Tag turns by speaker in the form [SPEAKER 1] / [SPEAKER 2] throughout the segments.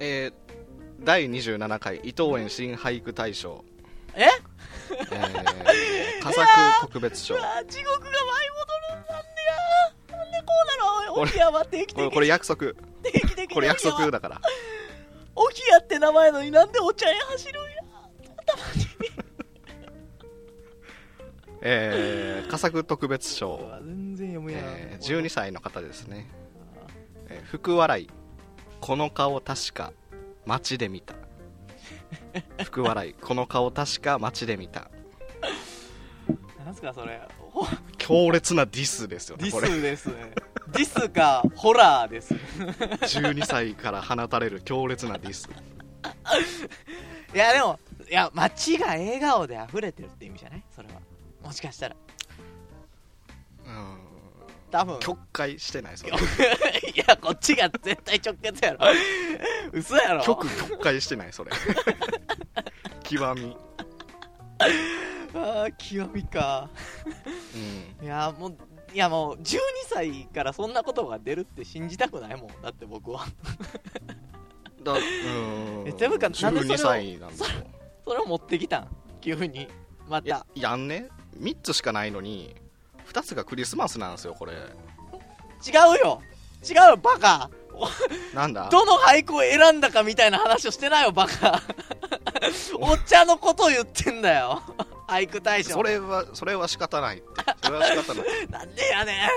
[SPEAKER 1] えー第27回伊藤園新俳句大 賞、
[SPEAKER 2] え
[SPEAKER 1] えー、佳作特別賞
[SPEAKER 2] うわ地獄が舞い戻るんなんでやなんでこうなのおい
[SPEAKER 1] 俺
[SPEAKER 2] 沖縄は定期
[SPEAKER 1] これ
[SPEAKER 2] 的
[SPEAKER 1] これ約束
[SPEAKER 2] 定期的
[SPEAKER 1] これ約束
[SPEAKER 2] だ
[SPEAKER 1] だから
[SPEAKER 2] 沖縄って名前のになんでお茶屋走るんや頭
[SPEAKER 1] えー、佳作特別賞
[SPEAKER 2] に、全然読むやん、
[SPEAKER 1] えー12歳の方ですね、えー福笑いこの顔確か街で見 た福笑いこの顔確か街で見た
[SPEAKER 2] なんすかそれほ
[SPEAKER 1] 強烈なディスですよ
[SPEAKER 2] デ
[SPEAKER 1] ね
[SPEAKER 2] ィ
[SPEAKER 1] これ
[SPEAKER 2] スですねディスかホラーです
[SPEAKER 1] 12歳から放たれる強烈なディス
[SPEAKER 2] いやでもいや街が笑顔で溢れてるって意味じゃないそれはもしかしたら
[SPEAKER 1] うん
[SPEAKER 2] 多分
[SPEAKER 1] 曲解してないそれ
[SPEAKER 2] いやこっちが絶対直結やろ嘘やろ
[SPEAKER 1] 曲曲解してないそれ 極み、うん、
[SPEAKER 2] あー極みかいやもういやもう12歳からそんなことが出るって信じたくないもんだって僕は
[SPEAKER 1] だうん
[SPEAKER 2] えていうかなんでそれを
[SPEAKER 1] 12歳なんだよ
[SPEAKER 2] それを持ってきたん急にま
[SPEAKER 1] いや
[SPEAKER 2] た
[SPEAKER 1] やんね3つしかないのに2つがクリスマスなんですよこれ
[SPEAKER 2] 違うよ違うよバカ
[SPEAKER 1] なんだ
[SPEAKER 2] どの俳句を選んだかみたいな話をしてないよバカお茶のことを言ってんだよ俳句大賞
[SPEAKER 1] それはそれは仕方ないってそれは仕方ないっ
[SPEAKER 2] なんでやね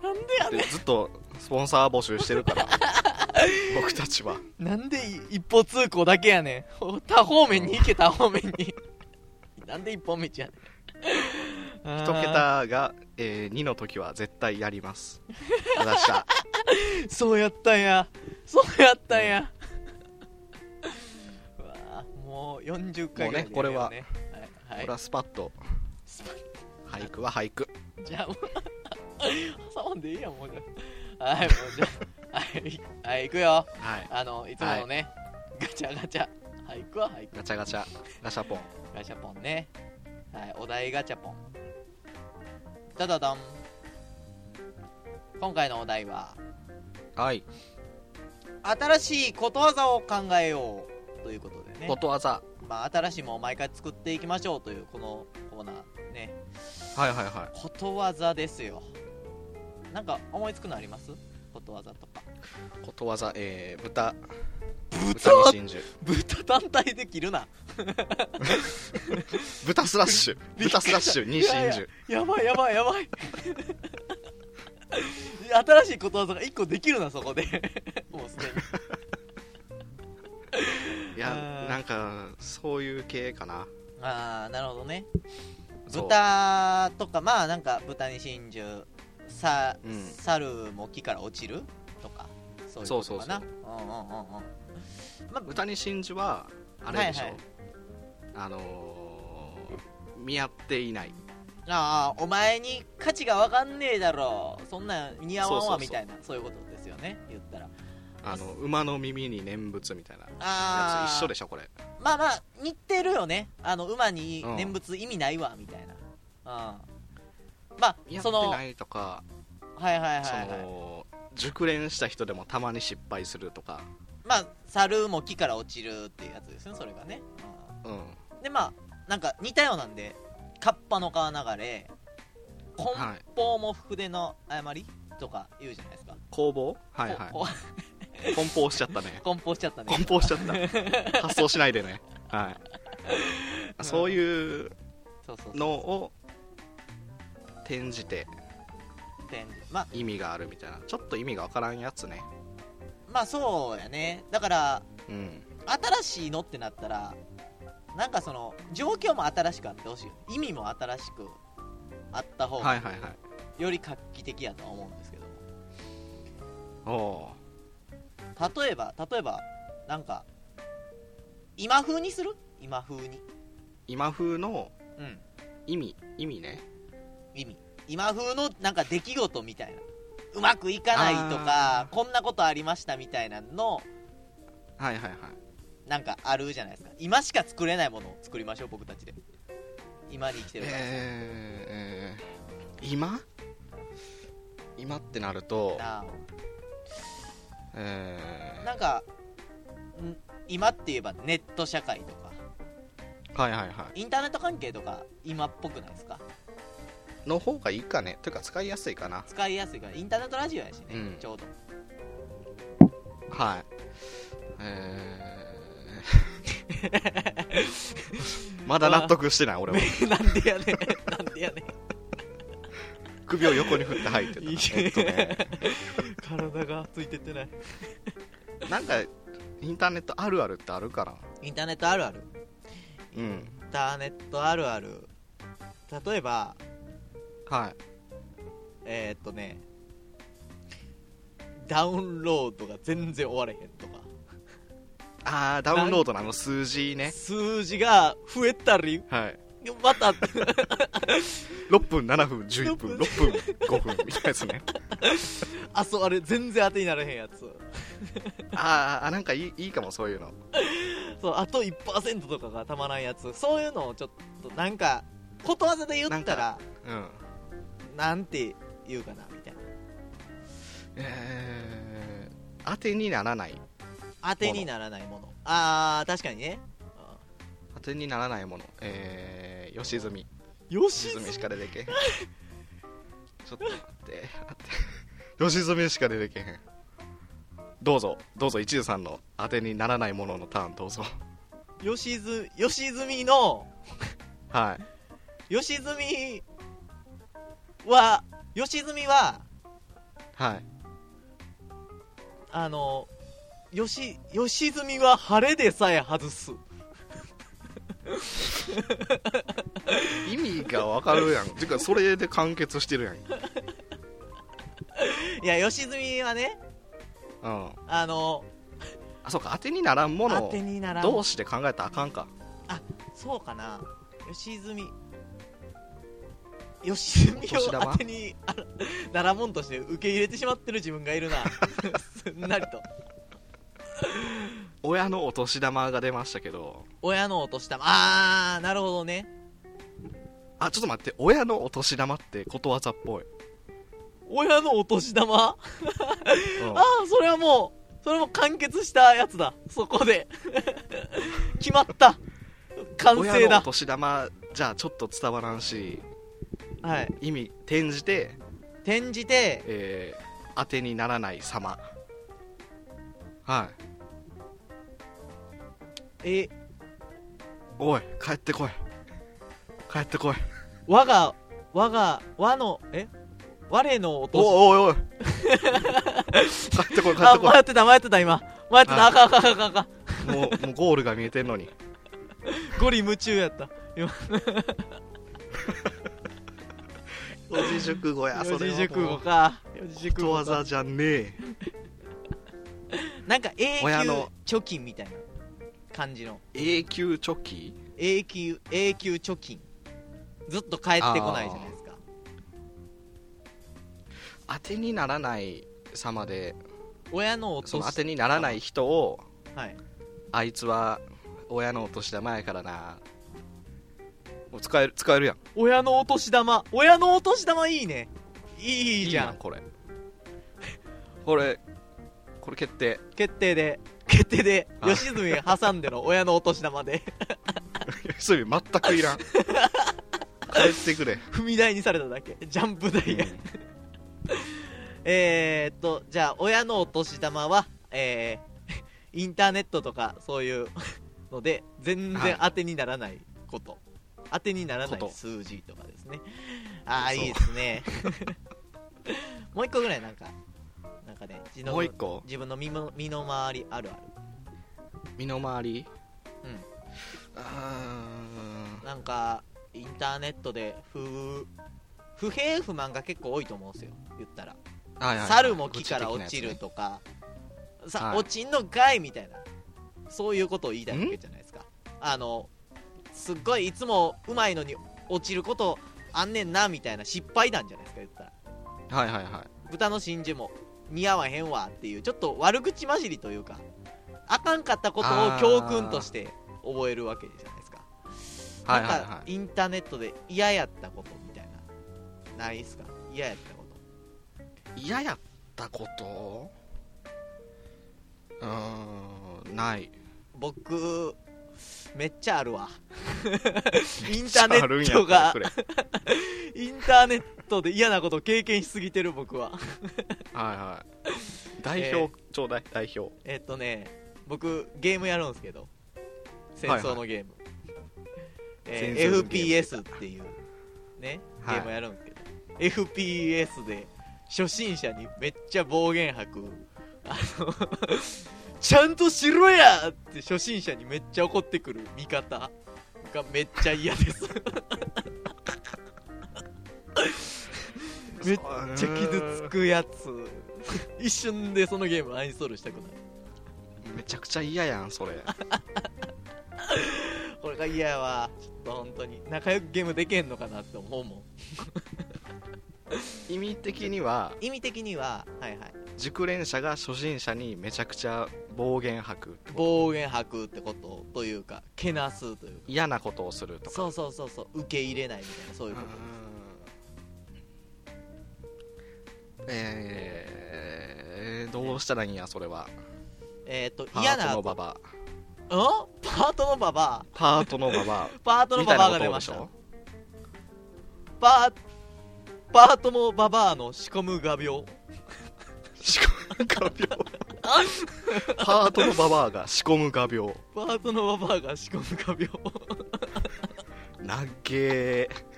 [SPEAKER 2] んなんでや ね
[SPEAKER 1] てずっとスポンサー募集してるから 僕たちは
[SPEAKER 2] んなんでい一方通行だけやねんほ他方面に行け他方面 になんで一本道やねんあー
[SPEAKER 1] 一桁が、え2の時は絶対やりますあざした
[SPEAKER 2] そうやったんやそうやったんや、 うわあもう40回ぐらいでやるよねは
[SPEAKER 1] これ
[SPEAKER 2] い はい
[SPEAKER 1] はスパッと
[SPEAKER 2] スパ
[SPEAKER 1] 俳句は俳句
[SPEAKER 2] じゃあもう 挟まんでいいやんもうじゃあはいもうじゃあはい、はい、いくよ
[SPEAKER 1] はい
[SPEAKER 2] あのいつものね、ガチャガチャはい行くわはい
[SPEAKER 1] ガチャガチャガシャポン
[SPEAKER 2] ガチャポンねはいお題ガチャポンダダダン今回のお題は
[SPEAKER 1] はい
[SPEAKER 2] 新しいことわざを考えようということでね
[SPEAKER 1] ことわざ
[SPEAKER 2] まあ新しいものを毎回作っていきましょうというこのコーナーね
[SPEAKER 1] はいはいは
[SPEAKER 2] ことわざですよなんか思いつくのありますことわざとか
[SPEAKER 1] いことわざえー、豚
[SPEAKER 2] 豚
[SPEAKER 1] 豚に真珠
[SPEAKER 2] 豚単体で切るな
[SPEAKER 1] 豚スラッ シュ豚スラッシュに真珠
[SPEAKER 2] やばいやばいやばい 新しいことわざが1個できるなそこで もうすでに
[SPEAKER 1] いや
[SPEAKER 2] あー
[SPEAKER 1] なんかそういう系かな
[SPEAKER 2] ああなるほどね
[SPEAKER 1] そう
[SPEAKER 2] 豚とかまあなんか豚に真珠さ、
[SPEAKER 1] うん
[SPEAKER 2] 猿も木から落ちるとかそういうことかな
[SPEAKER 1] そう
[SPEAKER 2] うんうんうんうん
[SPEAKER 1] 歌に真珠はあれでしょ、
[SPEAKER 2] はいはい
[SPEAKER 1] あのー、見合っていない
[SPEAKER 2] ああお前に価値が分かんねえだろそんなん似合わん
[SPEAKER 1] そうそうそ
[SPEAKER 2] わ
[SPEAKER 1] う
[SPEAKER 2] みたいなそういうことですよね言ったら
[SPEAKER 1] あの馬の耳に念仏みたいな
[SPEAKER 2] あ
[SPEAKER 1] や
[SPEAKER 2] あ
[SPEAKER 1] つ一緒でしょこれ
[SPEAKER 2] まあまあ似てるよねあの馬に
[SPEAKER 1] うん
[SPEAKER 2] 念仏意味ないわみたいなうんま
[SPEAKER 1] 見
[SPEAKER 2] あ
[SPEAKER 1] 合って
[SPEAKER 2] そのは
[SPEAKER 1] ないいとか、
[SPEAKER 2] はいはい
[SPEAKER 1] そ
[SPEAKER 2] はい
[SPEAKER 1] の熟練した人でもたまに失敗するとか
[SPEAKER 2] まあ猿も木から落ちるっていうやつですねそれがね、
[SPEAKER 1] うん
[SPEAKER 2] うんでまあなんか似たようなんでカッパの川流れ根
[SPEAKER 1] はい
[SPEAKER 2] 本も筆の誤りとか言うじゃないですか
[SPEAKER 1] 工房はいは
[SPEAKER 2] こ
[SPEAKER 1] い梱包しちゃったね
[SPEAKER 2] こ梱包しちゃったね
[SPEAKER 1] 梱包しちゃった発送しないでねはいそういう
[SPEAKER 2] そうそうそう
[SPEAKER 1] のを転じて
[SPEAKER 2] 展示まあ
[SPEAKER 1] 意味があるみたいなちょっと意味がわからんやつね
[SPEAKER 2] まあそうやねだから
[SPEAKER 1] うん
[SPEAKER 2] 新しいのってなったらなんかその状況も新しくあってほしいよね意味も新しくあった方
[SPEAKER 1] は
[SPEAKER 2] が
[SPEAKER 1] いはいはい
[SPEAKER 2] より画期的やとは思うんですけども、
[SPEAKER 1] おお
[SPEAKER 2] 例えば例えばなんか今風にする今風に
[SPEAKER 1] 今風の
[SPEAKER 2] うん
[SPEAKER 1] 意味意味ね
[SPEAKER 2] 意味今風のなんか出来事みたいなうまくいかないとか
[SPEAKER 1] あ
[SPEAKER 2] こんなことありましたみたいなの
[SPEAKER 1] はいはいはい
[SPEAKER 2] なんかあるじゃないですか今しか作れないものを作りましょう僕たちで今に生きてるから、
[SPEAKER 1] えーえー今今ってなると、
[SPEAKER 2] なあ
[SPEAKER 1] えー
[SPEAKER 2] なんか、う今って言えばネット社会とか
[SPEAKER 1] はいはいは
[SPEAKER 2] インターネット関係とか今っぽくないですか
[SPEAKER 1] いの方がいいかねというか使いやすいかな
[SPEAKER 2] 使いやすいからインターネットラジオやしね、
[SPEAKER 1] うん
[SPEAKER 2] ちょうど
[SPEAKER 1] はいえー まだ納得してない俺 は
[SPEAKER 2] なんでやねんなんでやねん
[SPEAKER 1] 首を横に振って吐いて
[SPEAKER 2] いい
[SPEAKER 1] た、えっとね、
[SPEAKER 2] 体がついてってない
[SPEAKER 1] なんかインターネットあるあるってあるかな
[SPEAKER 2] インターネットあるある
[SPEAKER 1] うん
[SPEAKER 2] インターネットあるある例えば
[SPEAKER 1] はい
[SPEAKER 2] えー、っとねダウンロードが全然終われへんとか
[SPEAKER 1] ああダウンロードのあの数字ね
[SPEAKER 2] 数字が増えたり
[SPEAKER 1] はい
[SPEAKER 2] また
[SPEAKER 1] 6分7分11分6分5分みたいなやつ ね
[SPEAKER 2] あそうあれ全然当てになれへんやつ
[SPEAKER 1] あーあなんかいいいいかもそういうの
[SPEAKER 2] そうあと1%とかがたまらんやつそういうのをちょっとなんかことわざで言ったら
[SPEAKER 1] うん
[SPEAKER 2] なんて言うかなみたいな
[SPEAKER 1] えー、当てにならない
[SPEAKER 2] 当てにならないものあー確かにね
[SPEAKER 1] 当てにならないものえー、吉住
[SPEAKER 2] よ
[SPEAKER 1] 吉
[SPEAKER 2] し
[SPEAKER 1] 住しか出てけへんちょっと待って待って吉住しか出てけへんどうぞどうぞ一途さんの当てにならないもののターンどうぞ
[SPEAKER 2] よしずよしずみの
[SPEAKER 1] はい
[SPEAKER 2] よしずみはよしずみは
[SPEAKER 1] はい
[SPEAKER 2] あのよしよしずみは晴れでさえ外す
[SPEAKER 1] 意味がわかるやんてかそれで完結してるやん
[SPEAKER 2] いやよしずみはね
[SPEAKER 1] うん
[SPEAKER 2] あの
[SPEAKER 1] あそうか当てにならんもの
[SPEAKER 2] 当
[SPEAKER 1] を
[SPEAKER 2] てにならん
[SPEAKER 1] どうして考えたらあかんか
[SPEAKER 2] そうかな吉住吉 住
[SPEAKER 1] お年
[SPEAKER 2] を
[SPEAKER 1] 玉
[SPEAKER 2] 当てにあらならんもんとして受け入れてしまってる自分が いるなすんなりと
[SPEAKER 1] 親のお年玉が出ましたけど
[SPEAKER 2] 親のお年玉あーなるほどね
[SPEAKER 1] あちょっと待って親のお年玉ってことわざっぽい、
[SPEAKER 2] 親のお年玉あ
[SPEAKER 1] うん
[SPEAKER 2] あーそれはもうそれも完結したやつだそこで 決まった完成
[SPEAKER 1] 親のお
[SPEAKER 2] だ
[SPEAKER 1] 年玉じゃあちょっと伝わらんし
[SPEAKER 2] はい
[SPEAKER 1] 意味転じて、
[SPEAKER 2] 転じて
[SPEAKER 1] えー当てにならない様はい
[SPEAKER 2] え
[SPEAKER 1] おい帰ってこい帰ってこい
[SPEAKER 2] 我が我が我のえ我のお年玉
[SPEAKER 1] おい おいおい帰ってこい帰っ
[SPEAKER 2] あ、
[SPEAKER 1] てこ
[SPEAKER 2] 迷ってた、迷ってた、今。迷ってた、
[SPEAKER 1] あ
[SPEAKER 2] あかん、あかん、あかん、あかん。
[SPEAKER 1] いもうもうゴールが見えてんのに
[SPEAKER 2] ゴリ夢中やった。今、
[SPEAKER 1] 四字熟語やそ
[SPEAKER 2] 四
[SPEAKER 1] れ
[SPEAKER 2] 字
[SPEAKER 1] は
[SPEAKER 2] 熟
[SPEAKER 1] も
[SPEAKER 2] 語
[SPEAKER 1] う
[SPEAKER 2] か。四字熟
[SPEAKER 1] こと
[SPEAKER 2] 語
[SPEAKER 1] わ
[SPEAKER 2] か。
[SPEAKER 1] ざじゃね
[SPEAKER 2] なんか、永
[SPEAKER 1] 親の
[SPEAKER 2] 久貯金みたいな感じの。
[SPEAKER 1] え永久貯金
[SPEAKER 2] 永久、永久貯金。ずっと帰ってこないじゃないですか。
[SPEAKER 1] 当てにならない様で
[SPEAKER 2] 親のお
[SPEAKER 1] そ
[SPEAKER 2] 年
[SPEAKER 1] の当てにならない人を
[SPEAKER 2] はい。
[SPEAKER 1] あいつは親のお年玉やからなもう使える使えるやん
[SPEAKER 2] 親のお年玉。親のお年玉いいね。いいじゃ
[SPEAKER 1] や
[SPEAKER 2] ん。
[SPEAKER 1] これこれこれ決定
[SPEAKER 2] 決定で。決定で、
[SPEAKER 1] はい
[SPEAKER 2] 吉住挟んでの親のお年玉で、
[SPEAKER 1] そういう意味全くいらん 帰ってくれ、
[SPEAKER 2] 踏み台にされただけ。ジャンプ台や。
[SPEAKER 1] う
[SPEAKER 2] えー、っと、じゃあ、親のお年玉は、えー、イ ンターネットとか、そういうので、全
[SPEAKER 1] はい
[SPEAKER 2] 然当てにならないこと。当てにならな
[SPEAKER 1] こ
[SPEAKER 2] い
[SPEAKER 1] と
[SPEAKER 2] 数字とかですね。ああ、
[SPEAKER 1] そう
[SPEAKER 2] いいですね。 もう一個ぐらい、なんか、なんかね、自
[SPEAKER 1] んもう一個
[SPEAKER 2] 自分の身も身の回りあるあ
[SPEAKER 1] 身の回り
[SPEAKER 2] うん
[SPEAKER 1] あ
[SPEAKER 2] る。なんか、インターネットで、不、不平不満が結構多いと思うんですよ。言ったら。
[SPEAKER 1] ーはいはいはい
[SPEAKER 2] 猿も木から落ちるとか、さ、
[SPEAKER 1] はい
[SPEAKER 2] 落ちんのかいみたいなそういうことを言いたいわけじゃないですかあのすっごいいつもうまいのに落ちることあんねんなみたいな失敗談じゃないですか言ったら
[SPEAKER 1] はいはいはい
[SPEAKER 2] 豚の真珠も似合わへんわっていうちょっと悪口混じりというかあかんかったことを教訓として覚えるわけじゃないですか
[SPEAKER 1] はいはい
[SPEAKER 2] なん
[SPEAKER 1] は
[SPEAKER 2] か
[SPEAKER 1] い
[SPEAKER 2] インターネットで嫌やったことみたいなないですか嫌やったこと
[SPEAKER 1] 嫌やったことうーんない
[SPEAKER 2] 僕めっちゃあるわイン
[SPEAKER 1] イ
[SPEAKER 2] ターネットが
[SPEAKER 1] はい
[SPEAKER 2] インターネットで嫌なこと経験しすぎてる僕は
[SPEAKER 1] はい 代表ちょうだい代表
[SPEAKER 2] えっとね僕ゲームやるんですけど戦争のゲーム、え
[SPEAKER 1] 戦争の
[SPEAKER 2] ー
[SPEAKER 1] ゲーム
[SPEAKER 2] FPS っていうねゲ
[SPEAKER 1] はい
[SPEAKER 2] ームやるんですけど、FPS で初心者にめっちゃ暴言吐くあの ちゃんとしろやって初心者にめっちゃ怒ってくる味方がめっちゃ 嫌ですめっちゃ傷つくやつ一瞬でそのゲームアインストールしたくなる
[SPEAKER 1] めちゃくちゃ嫌やんそれ
[SPEAKER 2] これが嫌やわちょっと本当に仲良くゲームできんのかなって思うもん
[SPEAKER 1] 意味的には
[SPEAKER 2] 意味的にははいはい
[SPEAKER 1] 熟練者が初心者にめちゃくちゃ暴言吐く
[SPEAKER 2] 暴言吐くってことというかけなすというか
[SPEAKER 1] 嫌なことをするとか
[SPEAKER 2] そうそうそうそう受け入れないみたいなそういうう
[SPEAKER 1] ーん
[SPEAKER 2] こと
[SPEAKER 1] えー、どうしたらいいんやそれは
[SPEAKER 2] えっ、と
[SPEAKER 1] パ
[SPEAKER 2] 嫌
[SPEAKER 1] ート
[SPEAKER 2] な
[SPEAKER 1] の
[SPEAKER 2] んパ
[SPEAKER 1] ババ
[SPEAKER 2] ートのババ
[SPEAKER 1] アパートのババ
[SPEAKER 2] アパー
[SPEAKER 1] ア
[SPEAKER 2] トの
[SPEAKER 1] みた
[SPEAKER 2] バ
[SPEAKER 1] い
[SPEAKER 2] バ
[SPEAKER 1] な
[SPEAKER 2] アが
[SPEAKER 1] こと
[SPEAKER 2] 出ま
[SPEAKER 1] で
[SPEAKER 2] し
[SPEAKER 1] したょ
[SPEAKER 2] パーパートのババアの仕込む 画鋲
[SPEAKER 1] 仕込む画鋲パートのババアが仕込む画鋲
[SPEAKER 2] パートのババアが仕込む画鋲
[SPEAKER 1] な げー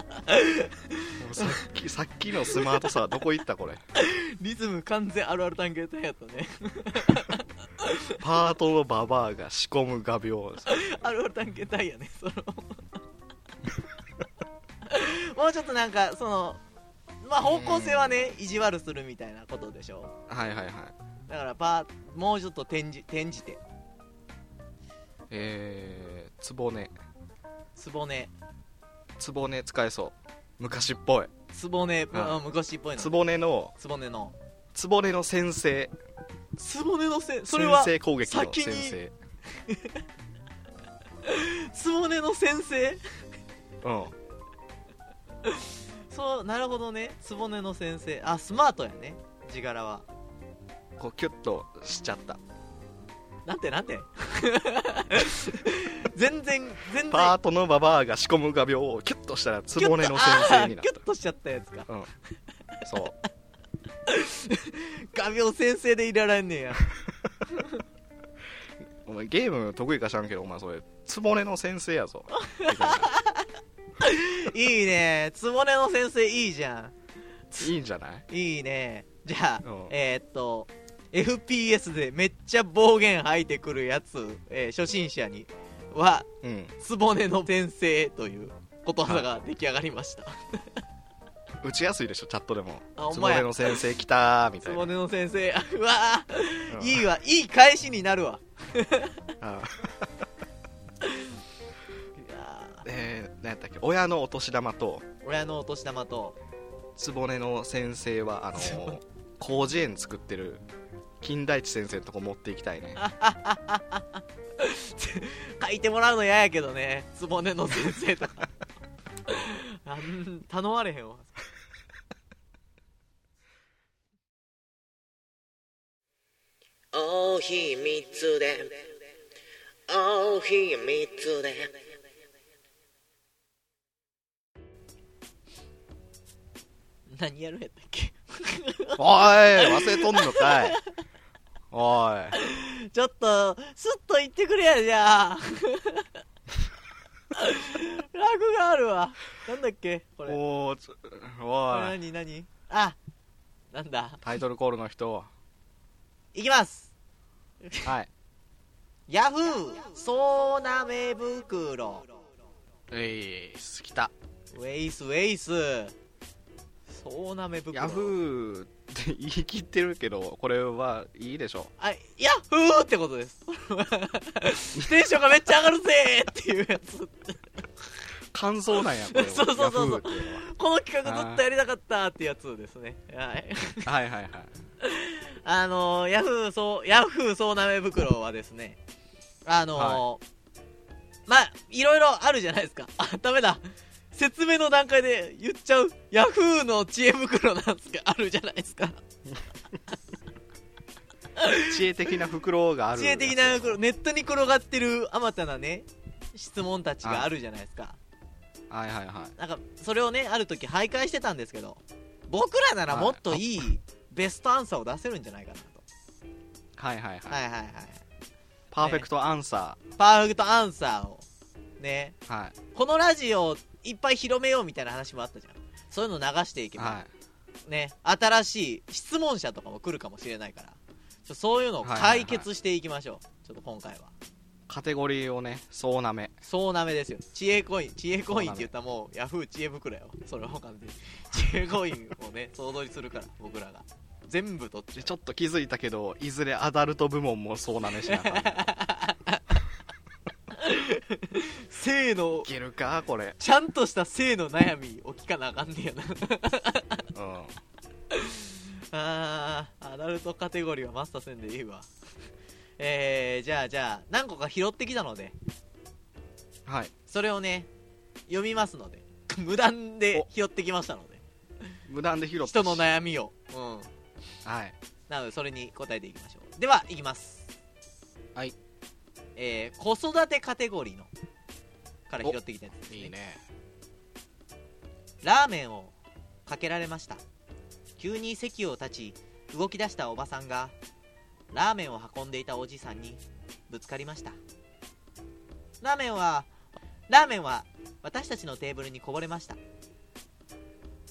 [SPEAKER 1] もうさっきさっきのスマートさはどこ行ったこれ
[SPEAKER 2] リズム完全あるある探検隊やったね
[SPEAKER 1] パートのババアが仕込む画鋲です
[SPEAKER 2] あるある探検隊やねその もうちょっとなんかそのまあ方向性はね意地悪するみたいなことでしょ
[SPEAKER 1] はいはいはい
[SPEAKER 2] だからパーもうちょっと転じ転じて
[SPEAKER 1] えー、つぼね
[SPEAKER 2] つぼね
[SPEAKER 1] つぼね使えそう昔っぽい
[SPEAKER 2] つぼね、まあ
[SPEAKER 1] うん
[SPEAKER 2] 昔っぽいの
[SPEAKER 1] つぼねの
[SPEAKER 2] つぼねの
[SPEAKER 1] つぼねの先生
[SPEAKER 2] つぼねのせそれは
[SPEAKER 1] 先制攻撃の
[SPEAKER 2] 先
[SPEAKER 1] 先
[SPEAKER 2] に
[SPEAKER 1] 生
[SPEAKER 2] つぼねの先生
[SPEAKER 1] うん
[SPEAKER 2] そうなるほどねつぼねの先生あスマートやね字柄は
[SPEAKER 1] こうキュッとしちゃった
[SPEAKER 2] なんてなんて 全然全然
[SPEAKER 1] パートのババアが仕込む画鋲をキュッとしたらつ
[SPEAKER 2] キュッ
[SPEAKER 1] ぼ
[SPEAKER 2] と
[SPEAKER 1] ねの先生になっ
[SPEAKER 2] あーキュッとしちゃったやつか
[SPEAKER 1] たうんそう
[SPEAKER 2] 画鋲先生でいられんねんや
[SPEAKER 1] お前ゲーム得意か知らんけどお前それつぼねの先生やぞ
[SPEAKER 2] いいねつぼねの先生いいじゃ
[SPEAKER 1] いいんじゃない
[SPEAKER 2] んいいねじゃあ、
[SPEAKER 1] うん
[SPEAKER 2] えーっと FPS でめっちゃ暴言吐いてくるやつ、えー初心者には
[SPEAKER 1] うん
[SPEAKER 2] つぼねの先生ということわざが出来上がりました
[SPEAKER 1] 打ちやすいでしょチャットでも
[SPEAKER 2] あほ
[SPEAKER 1] つ
[SPEAKER 2] ん
[SPEAKER 1] ぼ
[SPEAKER 2] まや
[SPEAKER 1] ねの先生来たーみ
[SPEAKER 2] つ
[SPEAKER 1] たい
[SPEAKER 2] ぼ
[SPEAKER 1] な
[SPEAKER 2] ねの先生うわ
[SPEAKER 1] うん
[SPEAKER 2] ーいいわいい返しになるわ
[SPEAKER 1] あー
[SPEAKER 2] いや
[SPEAKER 1] えー、何やったっけ親のお年玉と
[SPEAKER 2] ー親のお年玉と
[SPEAKER 1] つぼねの先生はあの
[SPEAKER 2] つぼ
[SPEAKER 1] ー広辞苑作ってる金田一先生のとこ持っていきたいね
[SPEAKER 2] 書いてもらうの嫌やけどねつぼねの先生とかあん頼まれへんわ
[SPEAKER 3] お秘密でお秘密で
[SPEAKER 2] 何やるんやったっけ
[SPEAKER 1] おい忘れとんのかいおい
[SPEAKER 2] ちょっとスッと言ってくれやじゃあラグがあるわなんだっけこれ
[SPEAKER 1] おーつ
[SPEAKER 2] これ
[SPEAKER 1] おい
[SPEAKER 2] 何何あなんだ
[SPEAKER 1] タイトルコールの人
[SPEAKER 2] いきます
[SPEAKER 1] はい
[SPEAKER 2] ヤフーそうなめ袋
[SPEAKER 1] えい来た
[SPEAKER 2] ウェイスウェイスそうなめ袋
[SPEAKER 1] ヤフーって言い切ってるけどこれはいいでしょ
[SPEAKER 2] あヤフーってことですテンションがめっちゃ上がるぜーっていうやつ
[SPEAKER 1] 感想なんやこれは
[SPEAKER 2] そうそうそうそ
[SPEAKER 1] ヤ
[SPEAKER 2] う
[SPEAKER 1] フーっていうの
[SPEAKER 2] この企画ずっとやりたかったってやつですねはい
[SPEAKER 1] ははいはいはい
[SPEAKER 2] あのー、ヤフーそう、ヤフーそうなめ袋はですね、あのーまあ、いろいろあるじゃないですか。 あ、ダメだ。説明の段階で言っちゃう、ヤフーの知恵袋なんすけど、あるじゃないですか。
[SPEAKER 1] 知恵的な袋がある
[SPEAKER 2] 知恵的なネットに転がってるあまたなね質問たちがあるじゃないですか
[SPEAKER 1] はいはいは
[SPEAKER 2] なんかそれをねある時徘徊してたんですけど僕らならもっといいベストアンサーを出せるんじゃないかなと
[SPEAKER 1] いはいはいはい、
[SPEAKER 2] はいはいはい
[SPEAKER 1] パーフェクトアンサ
[SPEAKER 2] パーフェクトアンサーをね
[SPEAKER 1] ーはい
[SPEAKER 2] このラジオをいっぱい広めようみたいな話もあったじゃんそういうの流していけば、
[SPEAKER 1] は
[SPEAKER 2] ね新しい質問者とかも来るかもしれないからちょそういうのを解決していきましょう、ちょっと今回はい
[SPEAKER 1] カテゴリーをねそうなめ
[SPEAKER 2] そうなめですよ知恵コイン知恵コインって言ったらもうヤフー知恵袋よそれは完全に知恵コインを ね総取りするから僕らが全部取っ
[SPEAKER 1] で
[SPEAKER 2] ち
[SPEAKER 1] ちょっと気づいたけどいずれアダルト部門もそうなめしなあ かんい
[SPEAKER 2] ゃう性の
[SPEAKER 1] けるかこれ
[SPEAKER 2] ちゃんとした性の悩みを聞かなあかんねやな
[SPEAKER 1] うん
[SPEAKER 2] あーアダルトカテゴリーはマスターせんでいいわ えー、じゃあじゃあ何個か拾ってきたので
[SPEAKER 1] はい
[SPEAKER 2] それをね読みますので 無断で拾ってきましたので
[SPEAKER 1] 無断で拾ったし
[SPEAKER 2] 人の悩みをうん
[SPEAKER 1] はい
[SPEAKER 2] なのでそれに答えていきましょうではいきます
[SPEAKER 1] はい
[SPEAKER 2] えー、子育てカテゴリーのから拾ってきたやつです、ね、
[SPEAKER 1] いいね
[SPEAKER 2] ラーメンをかけられました急に席を立ち動き出したおばさんがラーメンを運んでいたおじさんにぶつかりましたラーメンはラーメンは私たちのテーブルにこぼれました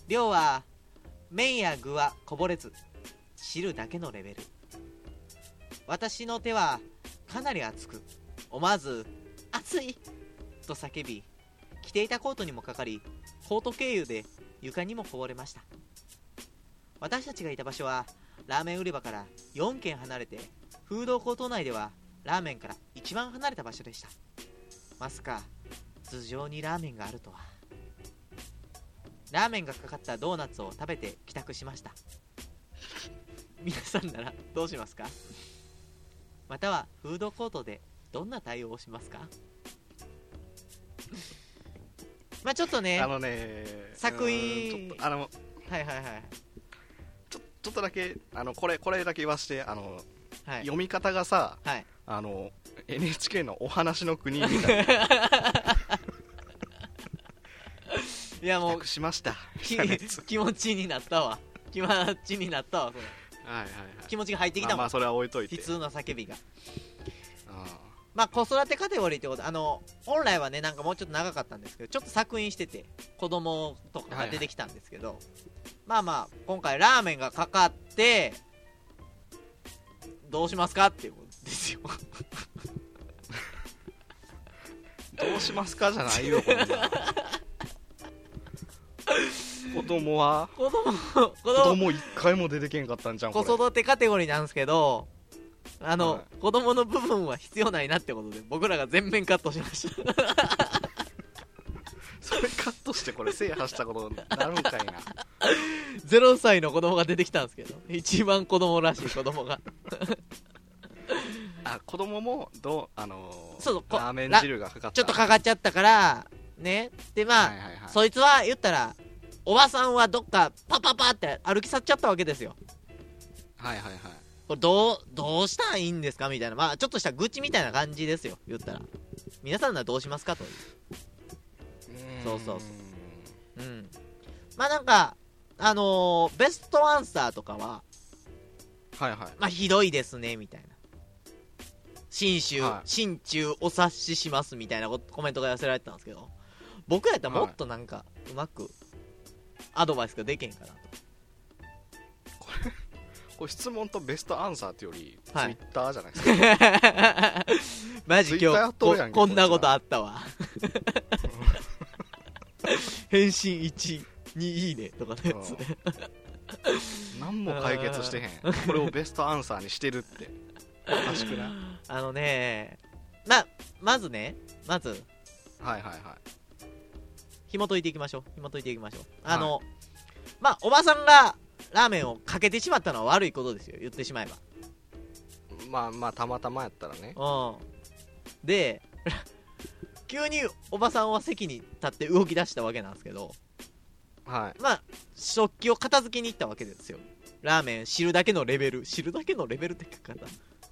[SPEAKER 2] 量は麺や具はこぼれず汁だけのレベル私の手はかなり熱く思わず「熱い!」と叫び着ていたコートにもかかりコート経由で床にもこぼれました私たちがいた場所はラーメン売り場から4軒離れてフードコート内ではラーメンから一番離れた場所でしたまさか頭上にラーメンがあるとはラーメンがかかったドーナツを食べて帰宅しました皆さんならどうしますかまたはフードコートでどんな対応をしますかまあちょっとね
[SPEAKER 1] あのね
[SPEAKER 2] 作品
[SPEAKER 1] うーんちょっとあの
[SPEAKER 2] はいはいはい
[SPEAKER 1] ちょちょっとだけあのこれこれだけ言わしてあの、
[SPEAKER 2] はい
[SPEAKER 1] 読み方がさ
[SPEAKER 2] はい
[SPEAKER 1] あの NHK の「お話の国」みたいな
[SPEAKER 2] いや も
[SPEAKER 1] 帰
[SPEAKER 2] う
[SPEAKER 1] 宅しました
[SPEAKER 2] き
[SPEAKER 1] みたいなやつ
[SPEAKER 2] 気持ちになったわ気持ちになったわそれ
[SPEAKER 1] はいはいはい
[SPEAKER 2] 気持ちが入ってき
[SPEAKER 1] ま
[SPEAKER 2] た
[SPEAKER 1] あ、
[SPEAKER 2] も
[SPEAKER 1] ま
[SPEAKER 2] ん
[SPEAKER 1] あそれは置いといて
[SPEAKER 2] 普通の叫びが
[SPEAKER 1] あ
[SPEAKER 2] まあ子育てカテゴリーってことあの本来はねなんかもうちょっと長かったんですけどちょっと作品してて子供とかが出てきたんですけど、まあまあ今回ラーメンがかかってどうしますかっていうことですよ
[SPEAKER 1] ーどうしますかじゃない よこんな子供は
[SPEAKER 2] 子供子
[SPEAKER 1] 子
[SPEAKER 2] 供
[SPEAKER 1] 供一回も出てけんかったんじゃん
[SPEAKER 2] 子
[SPEAKER 1] これ
[SPEAKER 2] 育てカテゴリーなんですけどあの、
[SPEAKER 1] は
[SPEAKER 2] 子供の部分は必要ないなってことで僕らが全面カットしました
[SPEAKER 1] それカットしてこれ制覇したことになるんかいな
[SPEAKER 2] 0歳の子供が出てきたんですけど一番子供らしい子供が
[SPEAKER 1] あ子供もどうあのー
[SPEAKER 2] そうそうこ
[SPEAKER 1] ラーメン汁がかかった
[SPEAKER 2] ちょっとかかっちゃったからねでまあ、
[SPEAKER 1] はいはいはい
[SPEAKER 2] そいつは言ったらおばさんはどっかパパパって歩き去っちゃったわけですよ
[SPEAKER 1] はいはいはい
[SPEAKER 2] これどうどうしたらいいんですかみたいなまあちょっとした愚痴みたいな感じですよ言ったら皆さんならどうしますかというそうそうそうんまあなんかあのーベストアンサーとかは
[SPEAKER 1] はいはい
[SPEAKER 2] まあ、ひどいですね、みたいな。信州、
[SPEAKER 1] はい
[SPEAKER 2] 信中お察しします、みたいなことコメントが寄せられてたんですけど、僕らやったらもっとなんか、うまく、アドバイスができへんかなと。
[SPEAKER 1] これ質問とベストアンサーってよりツイ
[SPEAKER 2] はい
[SPEAKER 1] ッターじゃないですか、
[SPEAKER 2] マジ今
[SPEAKER 1] Twitter
[SPEAKER 2] 日
[SPEAKER 1] やっと
[SPEAKER 2] こ
[SPEAKER 1] るやんけ
[SPEAKER 2] こんな
[SPEAKER 1] こ
[SPEAKER 2] こ
[SPEAKER 1] っち
[SPEAKER 2] と
[SPEAKER 1] は
[SPEAKER 2] あっ たわ返信1にいいねとかのやつ
[SPEAKER 1] うん何も解決してへんこれをベストアンサーにしてるっておかしくない
[SPEAKER 2] あのねままずねまず
[SPEAKER 1] はいはいはい
[SPEAKER 2] 紐解いていきましょう紐解いていきましょうあの、まあおばさんがラーメンをかけてしまったのは悪いことですよ言ってしまえば
[SPEAKER 1] まあまあたまたまやったらね
[SPEAKER 2] うん。で、 急におばさんは席に立って動き出したわけなんですけど、
[SPEAKER 1] はい
[SPEAKER 2] まあ、食器を片付けに行ったわけですよ。ラーメン汁だけのレベル汁だけのレベルって書き方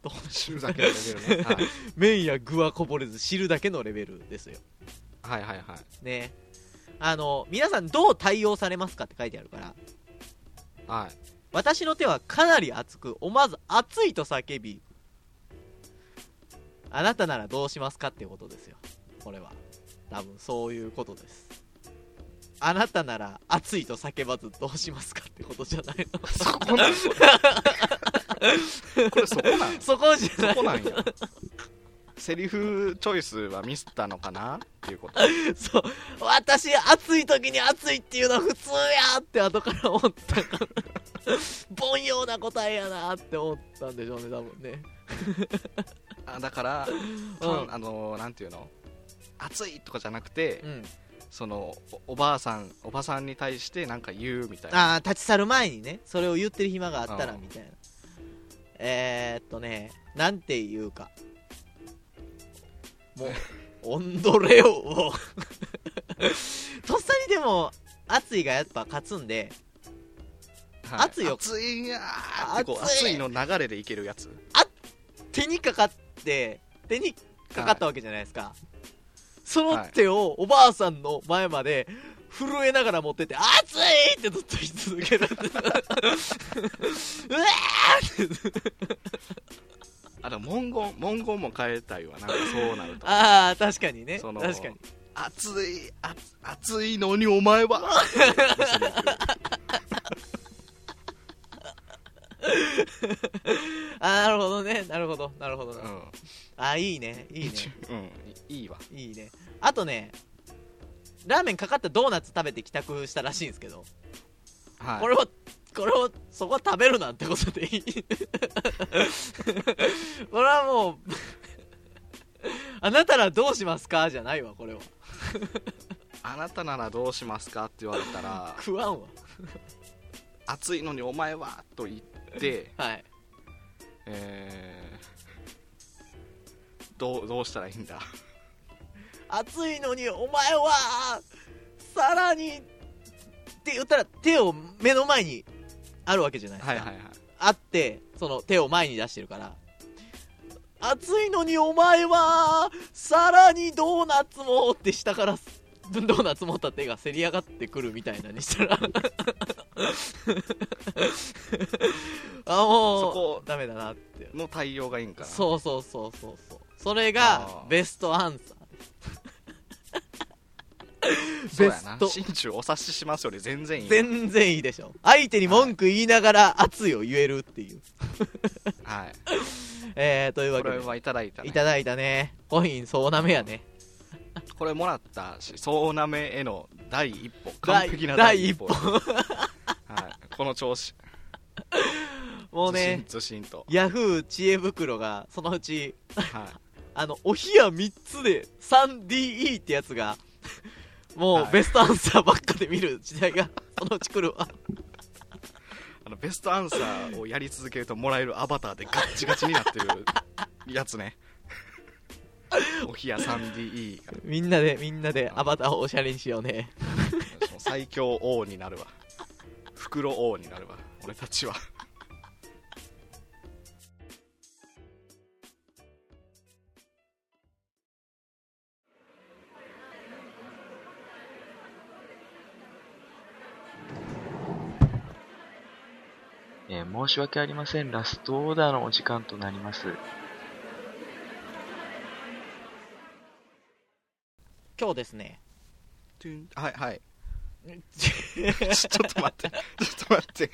[SPEAKER 2] どうしよう
[SPEAKER 1] 汁だけのレベルね、はい、
[SPEAKER 2] 麺や具はこぼれず汁だけのレベルですよ
[SPEAKER 1] はいはいはい
[SPEAKER 2] ねあの皆さんどう対応されますかって書いてあるから
[SPEAKER 1] はい
[SPEAKER 2] 私の手はかなり熱く思わず熱いと叫びあなたならどうしますかっていうことですよこれは多分そういうことですあなたなら熱いと叫ばずどうしますかってことじゃないの
[SPEAKER 1] そこなん これそこなん
[SPEAKER 2] そこじゃな
[SPEAKER 1] そ
[SPEAKER 2] い
[SPEAKER 1] こなんやセリフチョイスはミスったのかなっていうこと
[SPEAKER 2] そう私暑い時に暑いっていうのは普通やって後から思ったから 凡庸な答えやなって思ったんでしょうね多分ね
[SPEAKER 1] あだから、
[SPEAKER 2] うん
[SPEAKER 1] あのなんていうの熱いとかじゃなくて、
[SPEAKER 2] うん
[SPEAKER 1] そのおおばあさんおばさんに対してなんか言うみたいな
[SPEAKER 2] ああ立ち去る前にねそれを言ってる暇があったら
[SPEAKER 1] うん
[SPEAKER 2] みたいなえー、っとねなんていうかもうオンドレオをとっさにでも熱いがやっぱ勝つんで
[SPEAKER 1] は
[SPEAKER 2] 熱いよ
[SPEAKER 1] 熱いんやーってこう
[SPEAKER 2] 熱
[SPEAKER 1] 熱
[SPEAKER 2] い
[SPEAKER 1] いの流れでいけるやつ
[SPEAKER 2] 手にかかって手にかかったわけじゃないですか、その手をおばあさんの前まで震えながら持ってって「熱い!」ってずっと言い続ける うわーって
[SPEAKER 1] あの文言文言も変えたいわなんかそうなると
[SPEAKER 2] ああ確かにね
[SPEAKER 1] そ
[SPEAKER 2] 確
[SPEAKER 1] の
[SPEAKER 2] かに
[SPEAKER 1] 熱いあ熱いのにお前は
[SPEAKER 2] あーなるほどねなるほどなるほど、
[SPEAKER 1] う
[SPEAKER 2] なんるほどあーいいねいいね
[SPEAKER 1] うんいいわ
[SPEAKER 2] いいねあとねラーメンかかったドーナツ食べて帰宅したらしいんですけど、
[SPEAKER 1] はい
[SPEAKER 2] これをこれをそこは食べるなんてことでい いこれはもう あなたらどうしますかじゃないわこれは
[SPEAKER 1] あなたならどうしますかって言われたら
[SPEAKER 2] 食わんわ
[SPEAKER 1] 熱いのにお前はと言って
[SPEAKER 2] はい
[SPEAKER 1] えーどうどうしたらいいんだ
[SPEAKER 2] 暑いのにお前はさらにって言ったら手を目の前にあるわけじゃないですか、
[SPEAKER 1] はいはいはい
[SPEAKER 2] あってその手を前に出してるから暑いのにお前はさらにドーナツもって下からドーナツ持った手がせり上がってくるみたいなにしたら あもう
[SPEAKER 1] そこ
[SPEAKER 2] ダメだなって
[SPEAKER 1] の対応がいいんかな
[SPEAKER 2] そうそうそうそうそうそれ
[SPEAKER 1] あ
[SPEAKER 2] が
[SPEAKER 1] ー
[SPEAKER 2] ベストアンサー
[SPEAKER 1] そうやな
[SPEAKER 2] ベスト
[SPEAKER 1] 心中お察ししますより全然いい
[SPEAKER 2] 全然いいでしょ相手に文句言いながら熱いを言えるっていう、
[SPEAKER 1] はい
[SPEAKER 2] えー、というわ
[SPEAKER 1] こ
[SPEAKER 2] け
[SPEAKER 1] れ
[SPEAKER 2] で
[SPEAKER 1] はいただいた、ね、
[SPEAKER 2] いただいたねコイン総なめやね
[SPEAKER 1] これもらったし総なめへの第一歩完璧な
[SPEAKER 2] 第
[SPEAKER 1] 第一歩
[SPEAKER 2] 第
[SPEAKER 1] はい、この調子
[SPEAKER 2] もうね
[SPEAKER 1] ずしんずしんと、
[SPEAKER 2] ヤフー知恵袋がそのうち
[SPEAKER 1] はい、
[SPEAKER 2] あのお冷や3つで 3DE ってやつが も
[SPEAKER 1] は
[SPEAKER 2] う
[SPEAKER 1] い
[SPEAKER 2] ベストアンサーばっかで見る時代が そのうち来るわ
[SPEAKER 1] あのベストアンサーをやり続けるともらえるアバターでガッチガチになってるやつ ねおひや 3DE が
[SPEAKER 2] みんなでみんなでアバターをおしゃれにしようね
[SPEAKER 1] その最強王になるわ袋王になるわ俺たちは
[SPEAKER 4] えー申し訳ありません。ラストオーダーのお時間となります。
[SPEAKER 2] 今日ですね
[SPEAKER 1] はいはい ちょっと待ってちょっと待っ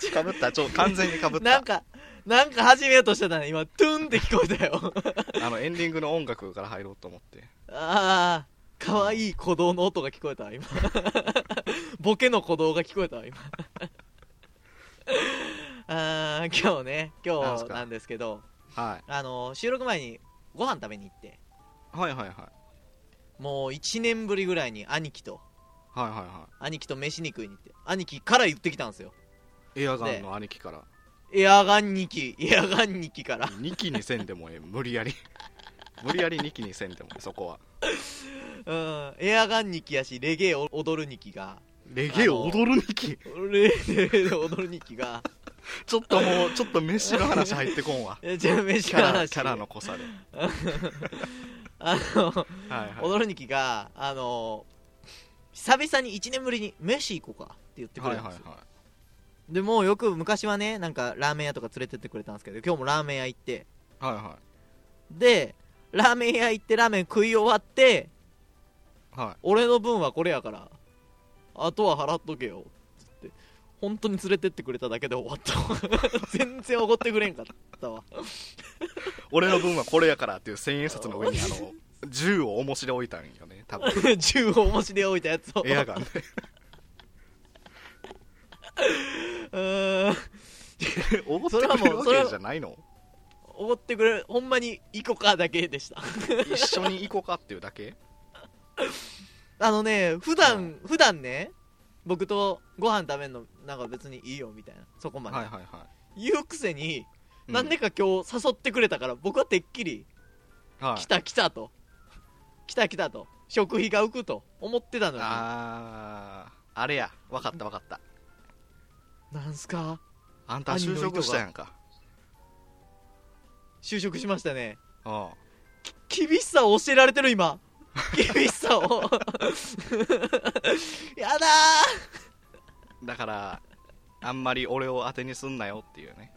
[SPEAKER 1] てかぶったちょ完全にかぶっ
[SPEAKER 2] な
[SPEAKER 1] た
[SPEAKER 2] んかなんか始めようとしてたね今トゥンって聞こえ たよ
[SPEAKER 1] あのエンディングの音楽から入ろうと思って
[SPEAKER 2] ああかわいい鼓動の音が聞こえたわ今 ボケの鼓動が聞こえた わ今あー今日ね
[SPEAKER 1] なん
[SPEAKER 2] 今
[SPEAKER 1] す
[SPEAKER 2] 日
[SPEAKER 1] か
[SPEAKER 2] なんですけど
[SPEAKER 1] は
[SPEAKER 2] あの収録前にご飯食べに行って
[SPEAKER 1] い、はいはいはい
[SPEAKER 2] もう1年ぶりぐらいに兄貴と
[SPEAKER 1] はいはいは
[SPEAKER 2] 兄貴と飯に食いに行って兄貴から言ってきたんですよ
[SPEAKER 1] いエアガンの兄貴から
[SPEAKER 2] エアガン2期エアガン2期から
[SPEAKER 1] 2期にせんでもええ無理やり無理やり2期にせんでもええそこは
[SPEAKER 2] うんエアガン2期やしレゲエを踊る2期が
[SPEAKER 1] レゲエを踊るにき
[SPEAKER 2] 俺で踊る日記が
[SPEAKER 1] ちょっともうちょっと飯の話入ってこん わ
[SPEAKER 2] えじゃあ飯
[SPEAKER 1] キ
[SPEAKER 2] の
[SPEAKER 1] ャラ
[SPEAKER 2] 話
[SPEAKER 1] キャラの濃さで、
[SPEAKER 2] あの、
[SPEAKER 1] はいはい、
[SPEAKER 2] 踊る日記があの久々に1年ぶりに飯行こうかって言ってく
[SPEAKER 1] は
[SPEAKER 2] れ
[SPEAKER 1] い
[SPEAKER 2] た
[SPEAKER 1] は
[SPEAKER 2] ん
[SPEAKER 1] い
[SPEAKER 2] で
[SPEAKER 1] は
[SPEAKER 2] すよ、
[SPEAKER 1] い
[SPEAKER 2] でもうよく昔はねなんかラーメン屋とか連れてってくれたんですけど今日もラーメン屋行って
[SPEAKER 1] はいは
[SPEAKER 2] でラーメン屋行ってラーメン食い終わって
[SPEAKER 1] いはい
[SPEAKER 2] 俺の分はこれやからあとは払っとけよって本当に連れてってくれただけで終わった 全然おごってくれんかったわ
[SPEAKER 1] 俺の分はこれやからっていう千円札の上にあの銃を重しで置いたんよね 多分
[SPEAKER 2] 銃をお持ちで置いたやつを
[SPEAKER 1] エアガンで
[SPEAKER 2] うーん
[SPEAKER 1] おごってくれるわ
[SPEAKER 2] それはも
[SPEAKER 1] け
[SPEAKER 2] う
[SPEAKER 1] じゃないの
[SPEAKER 2] おごってくれるほんまに行こかだけでした
[SPEAKER 1] 一緒に行こうかっていうだけ
[SPEAKER 2] あのね普段、普段ね僕とご飯食べるのなんか別にいいよみたいなそこまで、
[SPEAKER 1] はいはいはい、
[SPEAKER 2] 言うくせに
[SPEAKER 1] う
[SPEAKER 2] なんでか今日誘ってくれたから僕はてっきり
[SPEAKER 1] はい
[SPEAKER 2] 来た来たと来た来たと食費が浮くと思ってたのに
[SPEAKER 1] あーあれや分かった分かった
[SPEAKER 2] なんすか
[SPEAKER 1] あんた就職したやんか
[SPEAKER 2] 就職しましたね
[SPEAKER 1] うん
[SPEAKER 2] 厳しさを教えられて る今厳しさを やだ
[SPEAKER 1] だからあんまり俺を当てにすんなよっていうね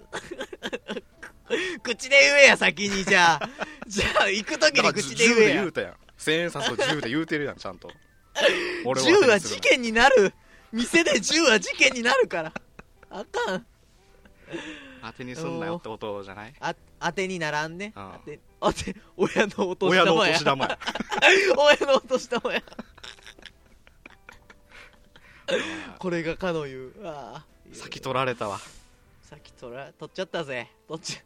[SPEAKER 2] ー口で言えや先にじゃ あじゃあ行く時
[SPEAKER 1] だか
[SPEAKER 2] に
[SPEAKER 1] ら
[SPEAKER 2] 口
[SPEAKER 1] 10
[SPEAKER 2] で言え
[SPEAKER 1] で
[SPEAKER 2] や
[SPEAKER 1] 言うたやん千円札と10で言うてるやんちゃんと 俺を当てにする
[SPEAKER 2] 銃
[SPEAKER 1] な
[SPEAKER 2] は事件になる店で銃は事件になるからあかん
[SPEAKER 1] 当てにすんなよってことじゃない
[SPEAKER 2] あ当てにならんね
[SPEAKER 1] ああ
[SPEAKER 2] 当て当て親のお年
[SPEAKER 1] 親のお
[SPEAKER 2] 玉や
[SPEAKER 1] 年玉や
[SPEAKER 2] 親のお年玉やこれがかの言うああ
[SPEAKER 1] 先取られたわ
[SPEAKER 2] 先取ら取っちゃったぜ取っちゃ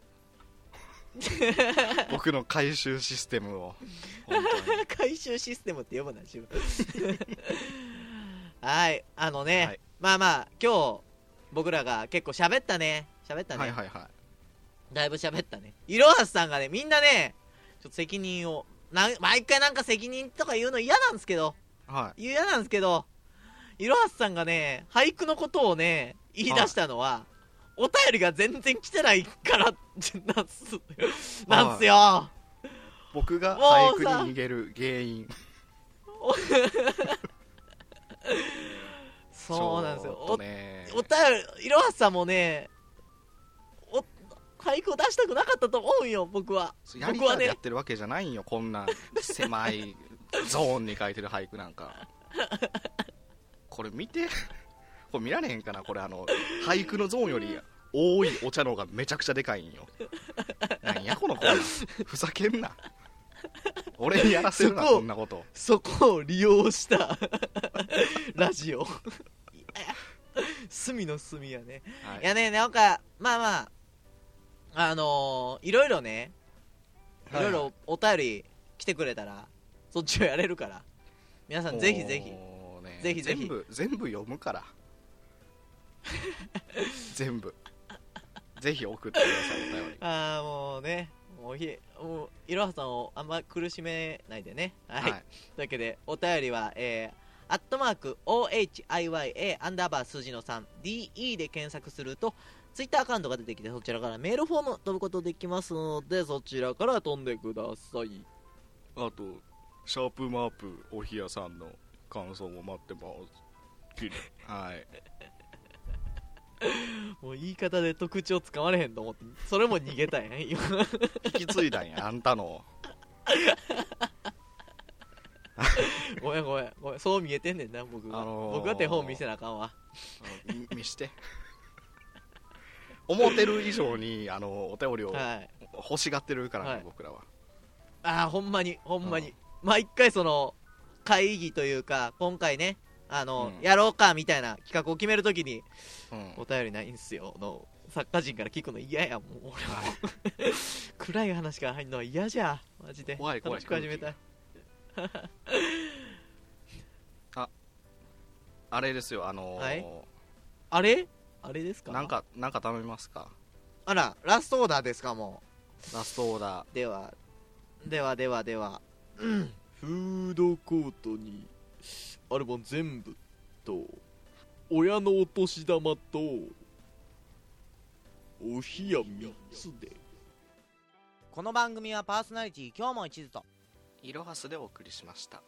[SPEAKER 1] 僕の回収システムを本当に
[SPEAKER 2] 回収システムって呼ぶな自 分はいあのね、
[SPEAKER 1] はい
[SPEAKER 2] まあまあ今日僕らが結構喋ったね喋ったね、
[SPEAKER 1] はいはいはい
[SPEAKER 2] だいぶ喋ったねいろはさんがねみんなねちょっと責任をな毎回なんか責任とか言うの嫌なんですけど
[SPEAKER 1] はい
[SPEAKER 2] 言う嫌なんですけどいろはさんがね俳句のことをね言い出したのは、お便りが全然来てないからなんすなんすよ、
[SPEAKER 1] 僕が
[SPEAKER 2] もう
[SPEAKER 1] 俳句
[SPEAKER 2] さ
[SPEAKER 1] に逃げる原因
[SPEAKER 2] そうなんですよ
[SPEAKER 1] ちょっとね
[SPEAKER 2] お便り、いろはさんもね、お、俳句を出したくなかったと思うんよ、僕は。
[SPEAKER 1] やり
[SPEAKER 2] 僕は
[SPEAKER 1] たでや
[SPEAKER 2] ね
[SPEAKER 1] っ、てるわけじゃないんよこんな狭いゾーンに書いてる俳句なんかこれ見てこれ見られへんかなこれあの俳句のゾーンより多いお茶の方がめちゃくちゃでかいんよなんやこのコーナーふざけんな俺にやらせるな
[SPEAKER 2] そこ
[SPEAKER 1] こんなこと
[SPEAKER 2] そこを利用したラジオ。いや隅の隅やね。
[SPEAKER 1] はい
[SPEAKER 2] いやね、なんか、まあまあ、あのー、いろいろね、いろいろお便り来てくれたら、そっちをやれるから、皆さんぜひぜひ、
[SPEAKER 1] もうね
[SPEAKER 2] ぜひぜひ
[SPEAKER 1] 全部全部読むから 全部ぜひ送ってくださいお便り
[SPEAKER 2] ああ、もうね、もうひ、もう、いろはさんをあんま苦しめないでね。はい。
[SPEAKER 1] はい
[SPEAKER 2] というわけで、お便りは、えー、アットマーク、OHIYA、アンダーバー数字の 3DE で検索すると、ツイッターアカウントが出てきて、そちらからメールフォーム飛ぶことできますので、そちらから飛んでください。
[SPEAKER 1] あと、シャープマープおひやさんの感想を待ってます。はい。
[SPEAKER 2] もう言い方で特徴つかまれへんと思って、それも逃げたやん、今。
[SPEAKER 1] 引き継いだんや、あんたの。
[SPEAKER 2] ごめんごめん、ごめん、そう見えてんねんな、僕は。
[SPEAKER 1] あのー
[SPEAKER 2] 僕は手本見せなあかんわ。
[SPEAKER 1] あのみ見して。思ってる以上に、あの、お便りを
[SPEAKER 2] はい。
[SPEAKER 1] 欲しがってるからね、
[SPEAKER 2] はい
[SPEAKER 1] 僕らは。
[SPEAKER 2] ああほんまにほんまに、
[SPEAKER 1] うん
[SPEAKER 2] 毎回その会議というか今回ねあの、
[SPEAKER 1] うん
[SPEAKER 2] やろうかみたいな企画を決めるときに
[SPEAKER 1] うん
[SPEAKER 2] お便りないんすよの作家陣から聞くの嫌やもう俺は暗い話から入るのは嫌じゃマジで
[SPEAKER 1] 怖い怖い
[SPEAKER 2] 楽しく始めたい
[SPEAKER 1] あれですよ、あのー
[SPEAKER 2] はいあれあれですか
[SPEAKER 1] なんか、なんか頼みますか
[SPEAKER 2] あらラストオーダーですかも
[SPEAKER 1] ラストオーダー。
[SPEAKER 2] うではではではでは、うん、フードコートにアルバム全部と親のお年玉とお冷や3つで
[SPEAKER 5] この番組はパーソナリティ今日も一途と
[SPEAKER 1] イロハスでお送りしました